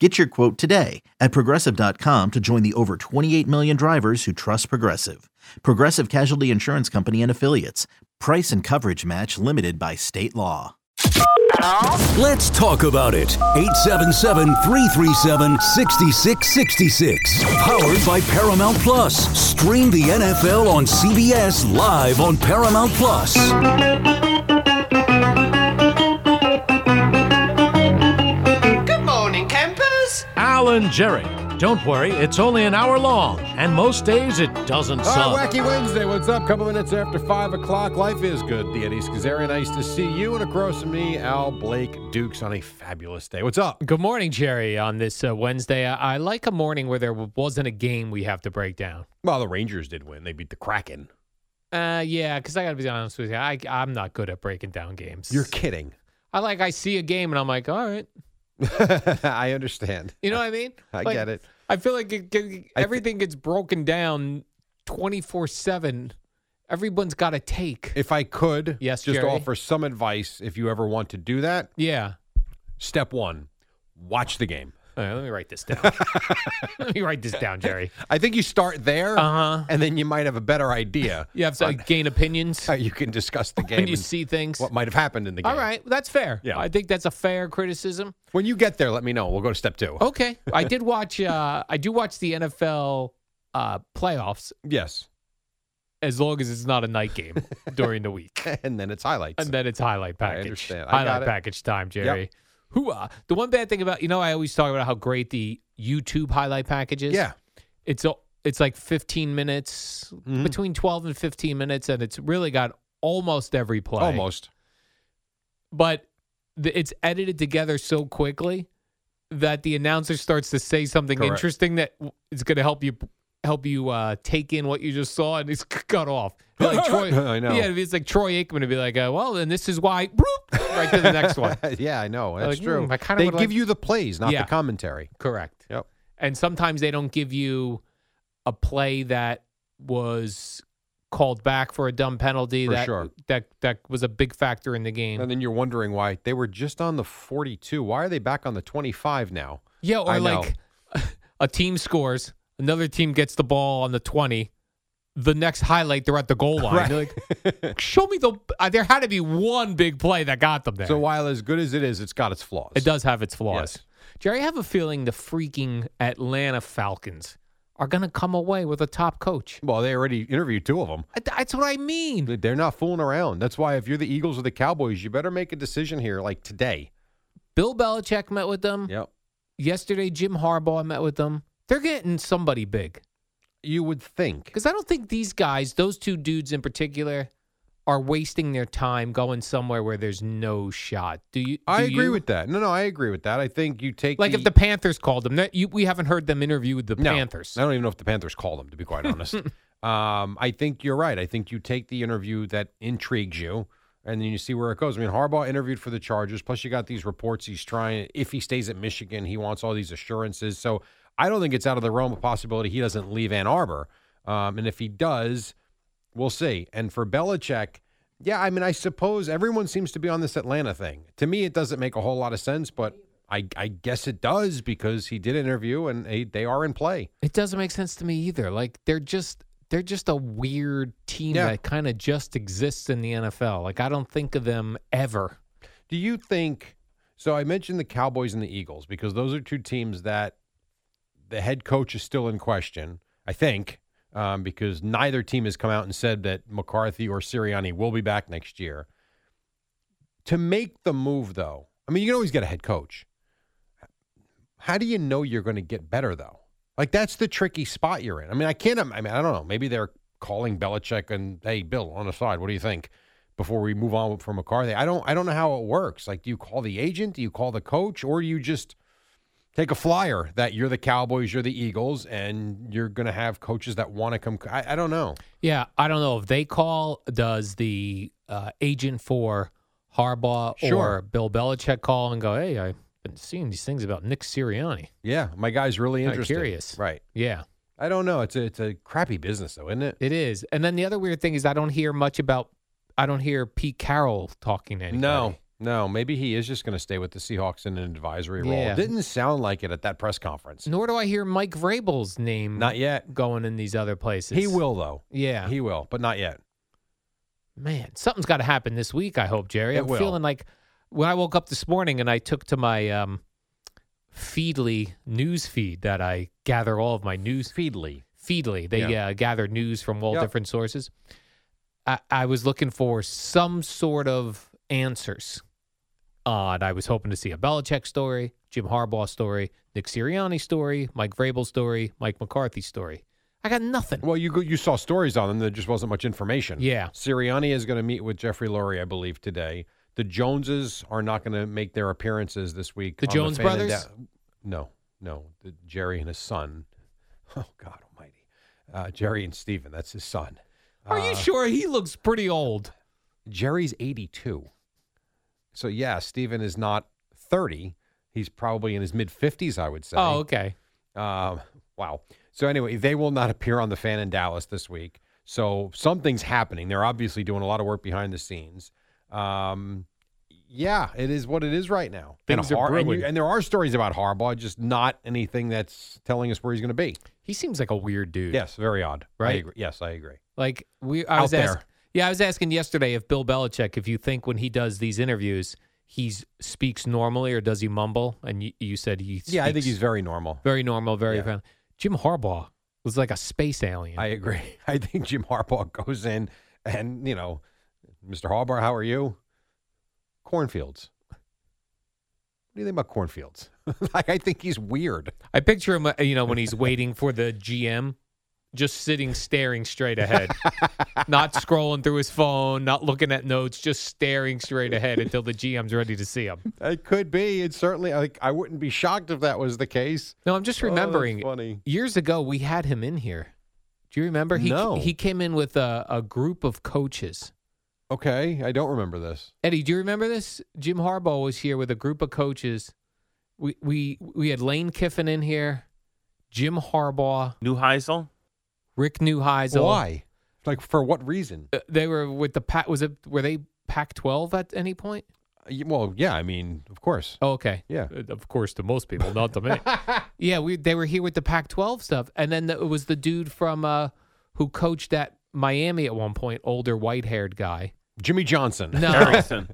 Get your quote today at progressive.com to join the over 28 million drivers who trust Progressive. Progressive Casualty Insurance Company and Affiliates. Price and coverage match limited by state law. Let's talk about it. 877 337 6666. Powered by Paramount Plus. Stream the NFL on CBS live on Paramount Plus. Good morning, campers. Alan Jerry. Don't worry, it's only an hour long, and most days it doesn't All suck. right, Wacky Wednesday. What's up? Couple minutes after five o'clock. Life is good. The Eddie Scazzeri. Nice to see you. And across from me, Al Blake Dukes on a fabulous day. What's up? Good morning, Jerry. On this uh, Wednesday, I, I like a morning where there wasn't a game we have to break down. Well, the Rangers did win. They beat the Kraken. Uh, yeah, because I got to be honest with you, I, I'm not good at breaking down games. You're kidding. I like I see a game and I'm like, all right, I understand. you know what I mean? I Like, get it. I feel like it, it- everything gets broken down twenty four seven. Everyone's got a take. If I could Yes, just Jerry? offer some advice if you ever want to do that, yeah. step one watch the game. All right, let me write this down. let me write this down, Jerry. I think you start there, Uh huh. and then you might have a better idea. You have to on gain opinions how you can discuss the game when you and see things. what might have happened in the game. All right, that's fair. Yeah. I think that's a fair criticism. When you get there, let me know. We'll go to step two. Okay, I did watch. Uh, I do watch the NFL uh, playoffs Yes. as long as it's not a night game during the week, and then it's highlights. and then it's highlight package. understand. I got highlight it. package time, Jerry. Hooah! The one bad thing about you know I always talk about how great the YouTube highlight package is. yeah. it's a, it's like 15 minutes Mm-hmm. Hmm. between 12 and 15 minutes, and it's really got almost every play. Almost. but th- it's edited together so quickly that the announcer starts to say something Correct. interesting that w- it's going to help you help you uh, take in what you just saw, and it's cut off. Like Troy, I know. Yeah, it's like Troy Aikman to be like, uh, "Well, then this is why." Broop, right to the next one. yeah, I know. Like, That's true. hmm, I kinda they would give like- you the plays, not Yeah. the commentary. Correct. Yep. And sometimes they don't give you a play that was called back for a dumb penalty For that sure. that that was a big factor in the game. And then you're wondering why they were just on the 42. Why are they back on the 25 now? Yeah, or I know. like a team scores, another team gets the ball on the 20. The next highlight, they're at the goal line. They're like, show me the. Uh, there had to be one big play that got them there. So while as good as it is, it's got its flaws. it does have its flaws. Yes. Jerry, I have a feeling the freaking Atlanta Falcons are going to come away with a top coach. Well, they already interviewed two of them. I- That's what I mean. They're not fooling around. That's why if you're the Eagles or the Cowboys, you better make a decision here like today. Bill Belichick met with them. Yep. Yesterday, Jim Harbaugh met with them. They're getting somebody big. You would think. Because I don't think these guys, those two dudes in particular, are wasting their time going somewhere where there's no shot. Do you? I do agree you? with that. No, no, I agree with that. I think you take Like if the Panthers called them, that- you, we haven't heard them interview the No, Panthers. I don't even know if the Panthers call them, to be quite honest. um, I think you're right. I think you take the interview that intrigues you, and then you see where it goes. I mean, Harbaugh interviewed for the Chargers. Plus, you got these reports he's trying. If he stays at Michigan, he wants all these assurances. So I don't think it's out of the realm of possibility he doesn't leave Ann Arbor. Um, and if he does, we'll see. And for Belichick, Yeah, I mean, I suppose everyone seems to be on this Atlanta thing. To me, it doesn't make a whole lot of sense, but I, I guess it does because he did interview and they, they are in play. It doesn't make sense to me either. Like they're just they're just a weird team Yeah. that kind of just exists in the NFL. Like I don't think of them ever. Do you think? So I mentioned the Cowboys and the Eagles because those are two teams that the head coach is still in question. I think um, because neither team has come out and said that McCarthy or Sirianni will be back next year. To make the move, though, I mean, you can always get a head coach. How do you know you're going to get better, though? Like that's the tricky spot you're in. I mean, I can't. I mean, I don't know. Maybe they're calling Belichick and hey, Bill, on the side, what do you think? Before we move on from McCarthy, I don't. I don't know how it works. Like, do you call the agent? Do you call the coach? Or do you just take a flyer that you're the Cowboys, you're the Eagles, and you're going to have coaches that want to come? I, I don't know. Yeah, I don't know if they call. Does the uh, agent for Harbaugh Sure. or Bill Belichick call and go, "Hey, I've been seeing these things about Nick Sirianni." Yeah, my guy's really Kinda interested. curious. right? Yeah, I don't know. It's a it's a crappy business, though, isn't it? it is. And then the other weird thing is I don't hear much about. I don't hear Pete Carroll talking to anybody. No, no. Maybe he is just going to stay with the Seahawks in an advisory role. Yeah. Didn't sound like it at that press conference. Nor do I hear Mike Vrabel's name Not yet. going in these other places. He will though. Mm-hmm. Yeah. He will, but not yet. Man, something's got to happen this week. I hope, Jerry. It I'm will. feeling like when I woke up this morning and I took to my um, Feedly news feed that I gather all of my news. Feedly. Feedly. They Yeah. uh, gather news from all Yep. different sources. I, I was looking for some sort of answers. Odd. I was hoping to see a Belichick story, Jim Harbaugh story, Nick Sirianni story, Mike Vrabel story, Mike McCarthy story. I got nothing. Well, you go- you saw stories on them. There just wasn't much information. Yeah. Sirianni is going to meet with Jeffrey Lurie, I believe, today. The Joneses are not going to make their appearances this week. The on Jones Fan and brothers? Dou- no, no. The, Jerry and his son. Oh God Almighty. Uh, Jerry and Stephen. That's his son. Are Uh, you sure he looks pretty old? Jerry's 82. So yeah, Stephen is not 30. He's probably in his mid 50s, I would say. Oh, okay. Um, wow. So anyway, they will not appear on the fan in Dallas this week. So something's happening. They're obviously doing a lot of work behind the scenes. Um, yeah, it is what it is right now. Things are and, and brewing. and there are stories about Harbaugh, just not anything that's telling us where he's going to be. He seems like a weird dude. Yes, very odd. I Right? agree. Yes, I agree. Like we I Out was there. ask- Yeah, I was asking yesterday if Bill Belichick if you think when he does these interviews, he speaks normally or does he mumble? And you, you said he Yeah, I think speaks he's very normal. very normal, very Yeah. friendly. Jim Harbaugh was like a space alien. I agree. I think Jim Harbaugh goes in and, you know, Mr. Harbaugh, how are you? Cornfields. What do you think about cornfields? like, I think he's weird. I picture him, uh, you know, when he's waiting for the GM, just sitting staring straight ahead, not scrolling through his phone, not looking at notes, just staring straight ahead until the GM's ready to see him. It could be. It's certainly, like, I wouldn't be shocked if that was the case. No, I'm just Oh, that's remembering. funny. Years ago, we had him in here. Do you remember? He, No. He came in with a, a group of coaches. Okay. I don't remember this. Eddie, do you remember this? Jim Harbaugh was here with a group of coaches. We we we had Lane Kiffin in here, Jim Harbaugh, Neuheisel? Rick Neuheisel. Why? Like, for what reason? Uh, They were with the Pac. Was it were they Pac-12 at any point? Y- Well, yeah, I mean, of course. Oh, okay. Yeah. Uh, Of course, to most people, not to me. yeah, we they were here with the Pac-12 stuff, and then the, it was the dude from uh, who coached at Miami at one point, older white-haired guy. Jimmy Johnson. No, Erickson.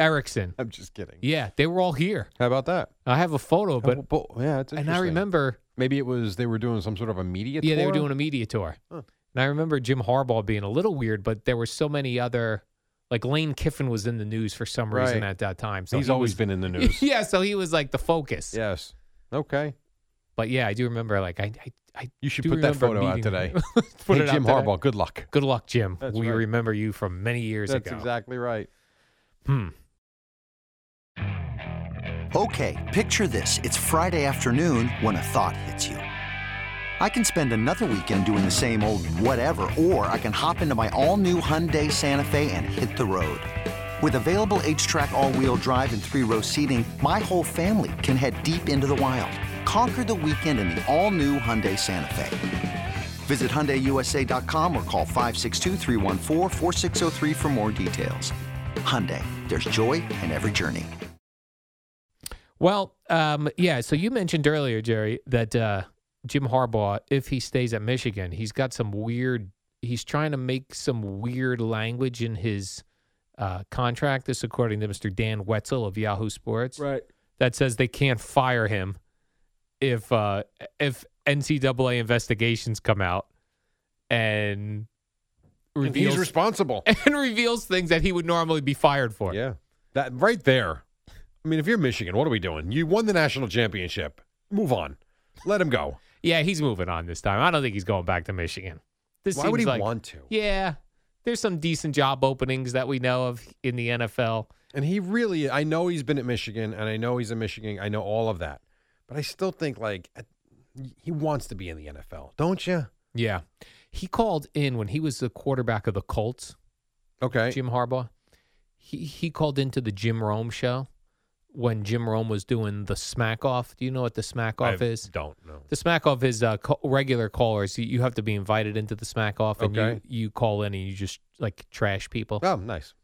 Erickson. I'm just kidding. Yeah, they were all here. How about that? I have a photo, but Oh, but- yeah, it's and I interesting. remember, Maybe it was they were doing some sort of a media yeah, they were tour? doing a media tour, and I remember Jim Harbaugh being a little weird, but there were so many other, like Lane Kiffin was in the news for some reason Right. at that time. So He's he always was- been in the news. yeah, so he was like the focus. Yes. Okay. But yeah, I do remember like I I, I You should do put that remember photo out meeting today. him. Put hey, it out Jim today. Harbaugh, good luck. Good luck, Jim. That's we right. remember you from many years That's ago. exactly right. Hmm. Okay, picture this. It's Friday afternoon when a thought hits you. I can spend another weekend doing the same old whatever, or I can hop into my all new Hyundai Santa Fe and hit the road. With available H track, all wheel drive, and three row seating, my whole family can head deep into the wild. Conquer the weekend in the all new Hyundai Santa Fe. Visit HyundaiUSA.com or call 562-314-4603 for more details. Hyundai, there's joy in every journey. Well, um, yeah. So you mentioned earlier, Jerry, that uh, Jim Harbaugh, if he stays at Michigan, he's got some weird. He's trying to make some weird language in his uh, contract. This, according to Mr. Dan Wetzel of Yahoo Sports, Right. that says they can't fire him if uh, if NCAA investigations come out and And he's reveals responsible. and reveals things that he would normally be fired for. Yeah. That right there. I mean, if you're Michigan, what are we doing? You won the national championship. Move on. Let him go. Yeah, he's moving on this time. I don't think he's going back to Michigan. This Why would seems he like, want to? Yeah, there's some decent job openings that we know of in the NFL. And he really, I know he's been at Michigan, and I know he's a Michigan. I know all of that, but I still think like at- he wants to be in the NFL, don't you? Yeah, he called in when he was the quarterback of the Colts, Okay. Jim Harbaugh. He he called into the Jim Rome show when Jim Rome was doing the Smack Off. Do you know what the Smack I Off is? don't know. The smack off is uh, co- regular callers. You, you have to be invited into the smack off, and Okay. you, you call in and you just like trash people Oh, nice.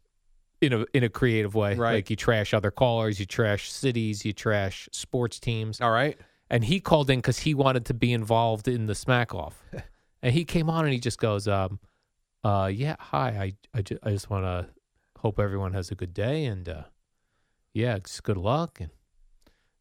in a in a creative way. Right. Like you trash other callers, you trash cities, you trash sports teams. All right. And he called in because he wanted to be involved in the smack off, and he came on and he just goes, um, uh, "Yeah, hi, I I, ju- I just want to hope everyone has a good day and uh, yeah, just good luck and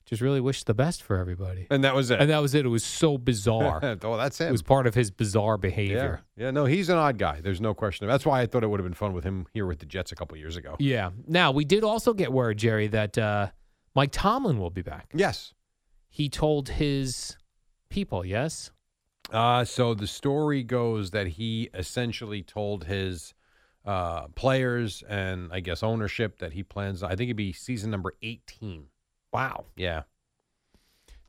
just really wish the best for everybody." And that was it. And that was it. It was so bizarre. oh, that's It him. was part of his bizarre yeah. behavior. yeah. No, he's an odd guy. There's no question. That's why I thought it would have been fun with him here with the Jets a couple years ago. Yeah. Now we did also get word, Jerry, that uh, Mike Tomlin will be back. Yes. He told his people, yes, Uh, so the story goes that he essentially told his uh, players and I guess ownership that he plans. I think it'd be season number eighteen. Wow. Yeah.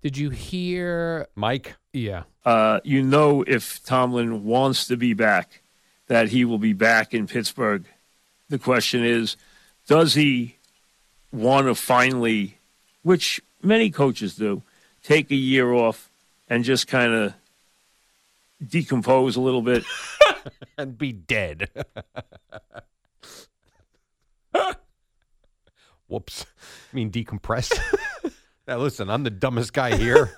Did you hear? Mike. Yeah. uh, you know if Tomlin wants to be back, that he will be back in Pittsburgh. The question is, does he want to finally, which many coaches do, take a year off and just kind of decompose a little bit? And be dead. Whoops. I mean decompress. now listen, I'm the dumbest guy here.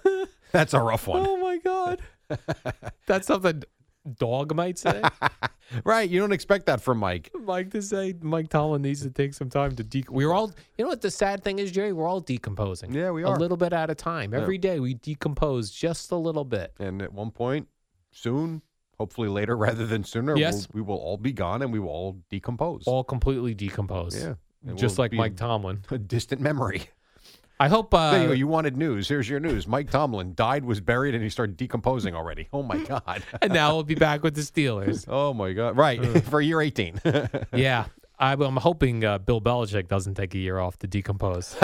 That's a rough one. Oh my God. That's something dog might say. Right. You don't expect that from Mike. Mike to say Mike Tomlin needs to take some time to decom. We're all, you know what the sad thing is, Jerry? We're all decomposing. Yeah, we A are. little bit at a time. Every day we decompose just a little bit. And at one point, soon, hopefully later rather than sooner, Yes. we'll, we will all be gone and we will all decompose. All completely decompose. Yeah. And Just we'll like be- Mike Tomlin. a distant memory. I hope. Uh, there you go. You wanted news. Here's your news. Mike Tomlin died, was buried, and he started decomposing already. Oh my God. and now we'll be back with the Steelers. oh my God. Right. For year 18. Yeah. I, I'm hoping uh, Bill Belichick doesn't take a year off to decompose.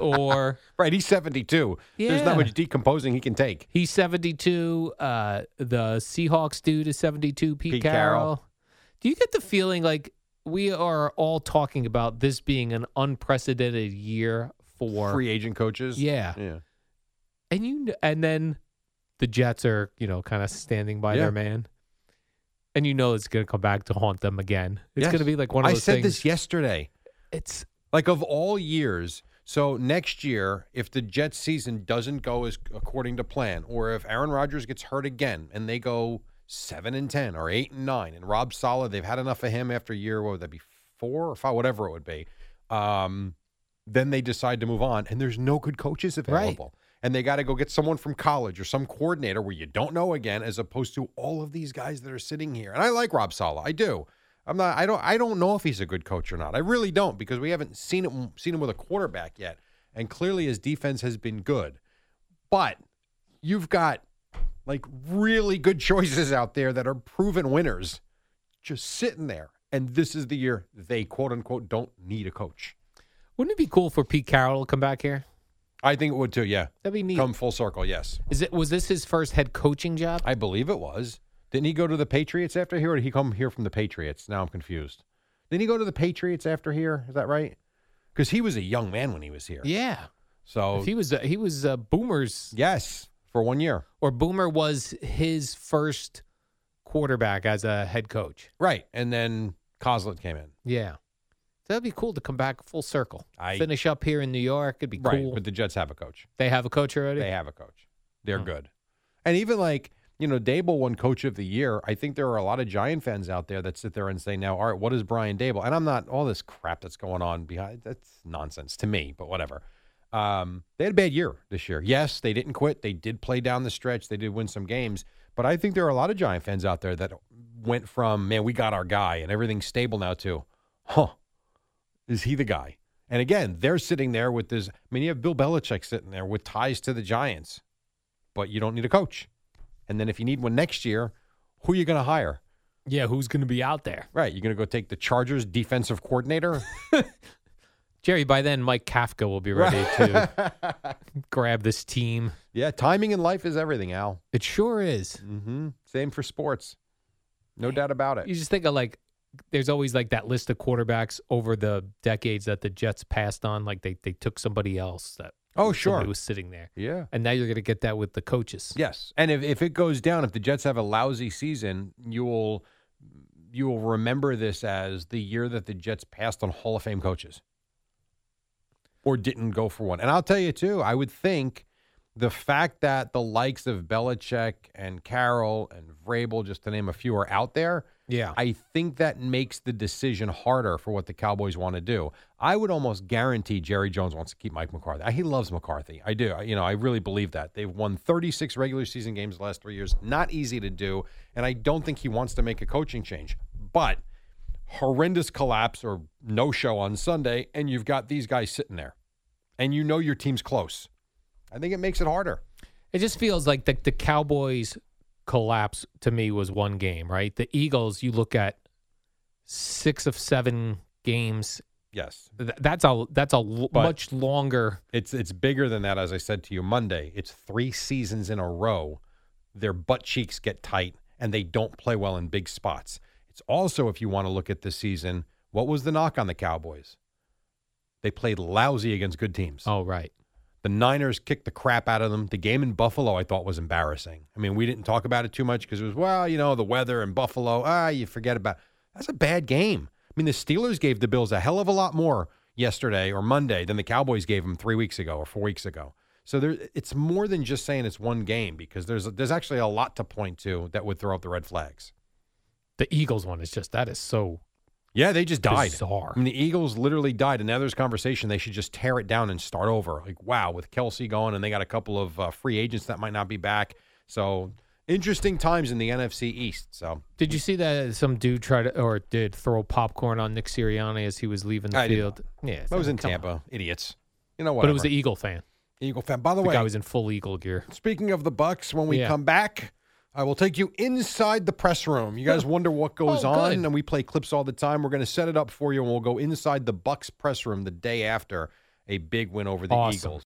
or right. He's 72. There's Yeah. not much decomposing he can take. he's 72. Uh, the Seahawks dude is 72. Pete, Pete Carroll. Carroll. Do you get the feeling like we are all talking about this being an unprecedented year for Free agent coaches. Yeah. Yeah. and you kn- and then the Jets are you know kind of standing by Yeah. their man, and you know it's going to come back to haunt them again. It's Yes. going to be like one of I those said things. this yesterday. It's Like of all years, so next year, if the Jets season doesn't go as according to plan, or if Aaron Rodgers gets hurt again and they go seven and ten or eight and nine, and Rob Sala, they've had enough of him after year, what would that be four or five, whatever it would be. Um, then they decide to move on, and there's no good coaches available. And they got to go get someone from college or some coordinator where you don't know again, as opposed to all of these guys that are sitting here. And I like Rob Sala, I do. I'm not. I don't. I don't know if he's a good coach or not. I really don't because we haven't seen it seen him with a quarterback yet. And clearly, his defense has been good. But you've got like really good choices out there that are proven winners, just sitting there. And this is the year they quote unquote don't need a coach. wouldn't it be cool for Pete Carroll to come back here? I think it would too. Yeah, That'd be neat. come full circle. Yes, Is it was this his first head coaching job? I believe it was. Didn't he go to the Patriots after here, or did he come here from the Patriots? Now I'm confused. Didn't he go to the Patriots after here? Is that right? Because he was a young man when he was here. yeah, So he was a, he was a boomers yes, for one year. or Boomer was his first quarterback as a head coach. Right. And then Coslet came in. Yeah. That'd be cool to come back full circle. I- Finish up here in New York. It'd be Right. cool. But the Jets have a coach. they have a coach already? They have a coach. They're good. And even like, you know, Dable won coach of the year. I think there are a lot of Giant fans out there that sit there and say now, all right, what is Brian Dable? And I'm not all this crap that's going on behind that's nonsense to me, but whatever. Um, they had a bad year this year. Yes, they didn't quit. They did play down the stretch. They did win some games. But I think there are a lot of Giant fans out there that went from, man, we got our guy and everything's stable now to, huh, is he the guy? And again, they're sitting there with this. I mean, you have Bill Belichick sitting there with ties to the Giants, but you don't need a coach. And then if you need one next year, who are you going to hire? Yeah, who's going to be out there? Right. You're going to go take the Chargers defensive coordinator? Jerry, by then, Mike Kafka will be ready to grab this team. yeah. Timing in life is everything, Al. It sure is. Mm-hmm. Same for sports. No doubt about You it. just think of like, there's always like that list of quarterbacks over the decades that the Jets passed on. Like they, they took somebody else that Oh, somebody sure. was sitting there. Yeah. And now you're going to get that with the coaches. Yes, and if, if it goes down, if the Jets have a lousy season, you will you will remember this as the year that the Jets passed on Hall of Fame coaches, or didn't go for one. And I'll tell you too, I would think the fact that the likes of Belichick and Carroll and Vrabel, just to name a few, are out there. Yeah. I think that makes the decision harder for what the Cowboys want to do. I would almost guarantee Jerry Jones wants to keep Mike McCarthy. He loves McCarthy. I do. I- You know, I really believe that. They've won 36 regular season games the last three years. Not easy to do. And I don't think he wants to make a coaching change. But horrendous collapse or no show on Sunday, and you've got these guys sitting there. And you know your team's close. I think it makes it harder. It just feels like the, the Cowboys collapse to me was one game, right? The Eagles, you look at six of seven games. Yes. Th- That's a that's a l- But- much longer. It's it's bigger than that, as I said to you Monday. It's three seasons in a row. Their butt cheeks get tight and they don't play well in big spots. It's also, if you want to look at this season, what was the knock on the Cowboys? They played lousy against good teams. Oh right, The Niners kicked the crap out of them. The game in Buffalo, I thought, was embarrassing. I mean, we didn't talk about it too much because it was, well, you know, the weather in Buffalo. Ah, you forget about. That's a bad game. I mean, the Steelers gave the Bills a hell of a lot more yesterday or Monday than the Cowboys gave them three weeks ago or four weeks ago. So there, it's more than just saying it's one game because there's there's actually a lot to point to that would throw up the red flags. the Eagles one is just that is so Yeah, they just died. Bizarre. I mean, the Eagles literally died. And now there's conversation they should just tear it down and start over. Like, wow, with Kelsey gone, and they got a couple of uh, free agents that might not be back. So interesting times in the NFC East. So Did you see that some dude tried to, or did throw popcorn on Nick Sirianni as he was leaving the I did field? Yeah, I was in Oh, come on. Tampa. Idiots. You know what? but it was the Eagle fan. Eagle fan. By the, The way, guy was in full Eagle gear. speaking of the Bucks, when we Yeah. come back, I will take you inside the press room. You guys wonder what goes Oh, on, good. and we play clips all the time. We're going to set it up for you, and we'll go inside the Bucks press room the day after a big win over the Awesome. Eagles.